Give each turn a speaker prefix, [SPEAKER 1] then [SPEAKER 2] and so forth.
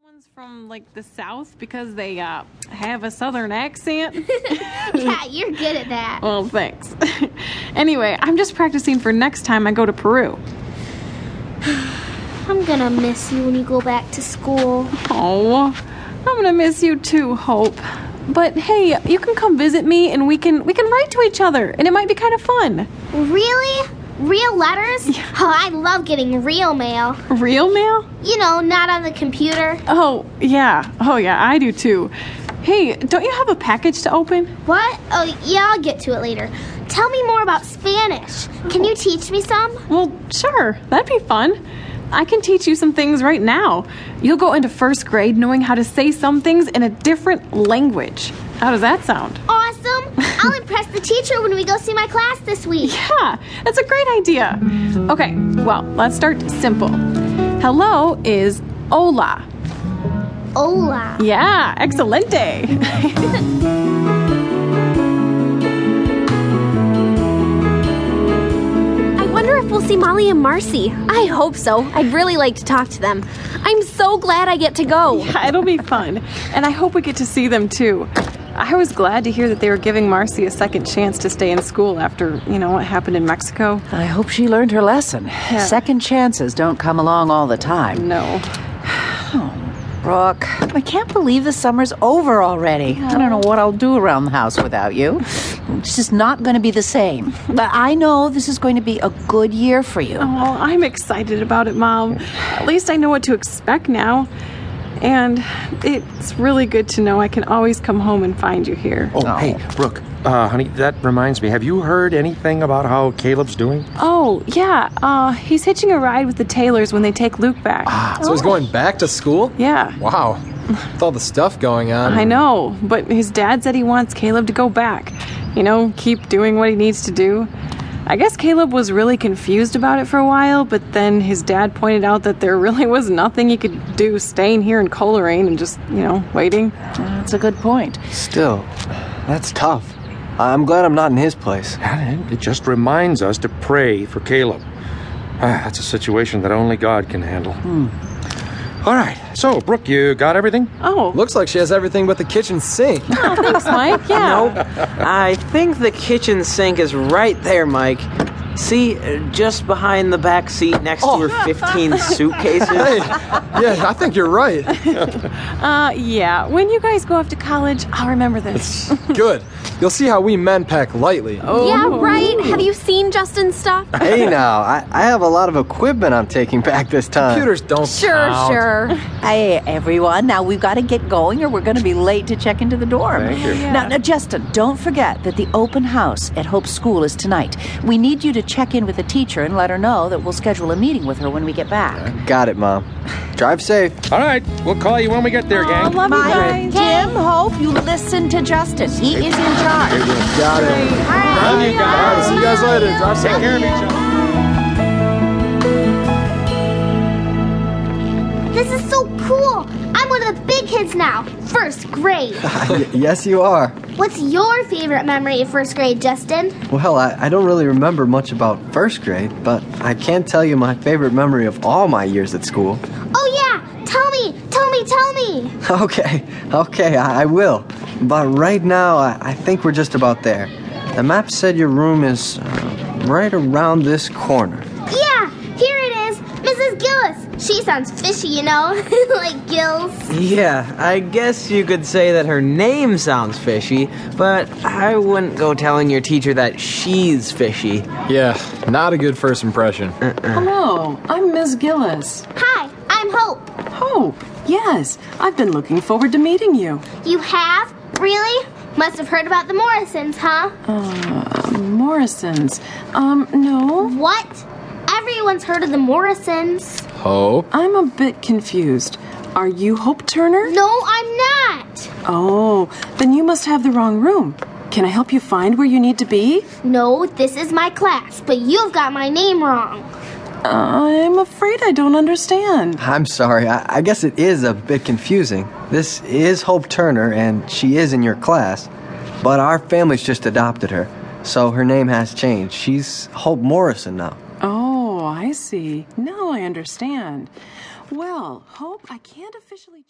[SPEAKER 1] ones from like the South because they uh, have a Southern accent.
[SPEAKER 2] yeah, you're good at that.
[SPEAKER 1] well, thanks. anyway, I'm just practicing for next time I go to Peru.
[SPEAKER 2] I'm gonna miss you when you go back to school.
[SPEAKER 1] Oh, I'm gonna miss you too, Hope. But hey, you can come visit me, and we can we can write to each other, and it might be kind of fun.
[SPEAKER 2] Really? Real letters? Oh, I love getting real mail.
[SPEAKER 1] Real mail?
[SPEAKER 2] You know, not on the computer.
[SPEAKER 1] Oh yeah, oh yeah, I do too. Hey, don't you have a package to open?
[SPEAKER 2] What? Oh, yeah, I'll get to it later. Tell me more about Spanish. Can you teach me some?
[SPEAKER 1] Well, sure, that'd be fun. I can teach you some things right now. You'll go into first grade knowing how to say some things in a different language. How does that sound?
[SPEAKER 2] Awesome! I'll impress the teacher when we go see my class this week.
[SPEAKER 1] Yeah, that's a great idea. Okay, well, let's start simple. Hello is hola.
[SPEAKER 2] Hola.
[SPEAKER 1] Yeah, excelente.
[SPEAKER 3] I wonder if we'll see Molly and Marcy. I hope so. I'd really like to talk to them. I'm so glad I get to go.
[SPEAKER 1] It'll be fun. And I hope we get to see them too. I was glad to hear that they were giving Marcy a second chance to stay in school after, you know, what happened in Mexico.
[SPEAKER 4] I hope she learned her lesson. Second chances don't come along all the time.
[SPEAKER 1] No.
[SPEAKER 4] Brooke, I can't believe the summer's over already. I don't know what I'll do around the house without you. It's just not going to be the same. But I know this is going to be a good year for you.
[SPEAKER 1] Well, I'm excited about it, Mom. At least I know what to expect now. And it's really good to know I can always come home and find you here.
[SPEAKER 5] Oh, hey, Brooke, uh, honey, that reminds me. Have you heard anything about how Caleb's doing?
[SPEAKER 1] Oh, yeah. Uh, he's hitching a ride with the Taylors when they take Luke back.
[SPEAKER 5] Ah,
[SPEAKER 6] Ah, So he's going back to school?
[SPEAKER 1] Yeah.
[SPEAKER 6] Wow. With all the stuff going on.
[SPEAKER 1] I know, but his dad said he wants Caleb to go back. You know, keep doing what he needs to do. I guess Caleb was really confused about it for a while, but then his dad pointed out that there really was nothing he could do staying here in Coleraine and just, you know, waiting.
[SPEAKER 4] That's a good point.
[SPEAKER 7] Still, that's tough. I- I'm glad I'm not in his place.
[SPEAKER 5] And it just reminds us to pray for Caleb. Ah, that's a situation that only God can handle.
[SPEAKER 6] Hmm.
[SPEAKER 5] All right. So, Brooke, you got everything?
[SPEAKER 1] Oh,
[SPEAKER 6] Looks like she has everything but the kitchen sink.
[SPEAKER 1] thanks, Mike. Yeah.
[SPEAKER 7] I think the kitchen sink is right there, Mike. See, uh, just behind the back seat next to her 15
[SPEAKER 6] hey,
[SPEAKER 7] suitcases.
[SPEAKER 6] yeah, I think you're right.
[SPEAKER 1] Uh, yeah. When you guys go off to college, I'll remember this.
[SPEAKER 6] Good. You'll see how we men pack lightly.
[SPEAKER 1] Oh.
[SPEAKER 3] Yeah, right? Have you seen Justin's stuff?
[SPEAKER 7] hey now, I, I have a lot of equipment I'm taking back this time.
[SPEAKER 6] Computers don't
[SPEAKER 3] Sure,
[SPEAKER 6] count.
[SPEAKER 3] sure.
[SPEAKER 4] Hey, everyone, now we've got to get going or we're going to be late to check into the dorm.
[SPEAKER 5] Thank you.
[SPEAKER 4] Now, now, Justin, don't forget that the open house at Hope School is tonight. We need you to check in with the teacher and let her know that we'll schedule a meeting with her when we get back.
[SPEAKER 7] Got it, Mom. Drive safe.
[SPEAKER 5] All right. We'll call you when we get
[SPEAKER 1] Oh,
[SPEAKER 5] there, gang.
[SPEAKER 4] Love you guys. Tim, Hope, you listen to Justin. He is in charge.
[SPEAKER 6] Got it.
[SPEAKER 5] Love you
[SPEAKER 6] All right,
[SPEAKER 5] guys.
[SPEAKER 6] see you guys later. Drive safe.
[SPEAKER 5] Take care of each other.
[SPEAKER 2] This is so cool. I'm one of the big kids now. First grade.
[SPEAKER 7] Y- yes, you are.
[SPEAKER 2] What's your favorite memory of first grade, Justin?
[SPEAKER 7] Well, I, I don't really remember much about first grade, but I can tell you my favorite memory of all my years at school.
[SPEAKER 2] Oh, yeah. Tell me, tell me, tell me.
[SPEAKER 7] Okay, okay, I, I will. But right now, I, I think we're just about there. The map said your room is uh, right around this corner.
[SPEAKER 2] Yeah, here it is. Mrs. Gillis. She sounds fishy, you know, like gills.
[SPEAKER 8] Yeah, I guess you could say that her name sounds fishy, but I wouldn't go telling your teacher that she's fishy.
[SPEAKER 6] Yeah, not a good first impression.
[SPEAKER 9] Hello, I'm Ms. Gillis.
[SPEAKER 2] Hi, I'm Hope.
[SPEAKER 9] Hope, yes, I've been looking forward to meeting you.
[SPEAKER 2] You have? Really? Must have heard about the Morrisons, huh?
[SPEAKER 9] Morrison's. Um, no,
[SPEAKER 2] What? Everyone's heard of the Morrisons.
[SPEAKER 6] Hope.
[SPEAKER 9] I'm a bit confused. Are you Hope Turner?
[SPEAKER 2] No, I'm not.
[SPEAKER 9] Oh, then you must have the wrong room. Can I help you find where you need to be?
[SPEAKER 2] No, this is my class, but you've got my name wrong.
[SPEAKER 9] I'm afraid I don't understand.
[SPEAKER 7] I'm sorry, I, I guess it is a bit confusing. This is Hope Turner, and she is in your class, but our family's just adopted her, so her name has changed. She's Hope Morrison now.
[SPEAKER 9] Oh, I see. Now I understand. Well, Hope, I can't officially.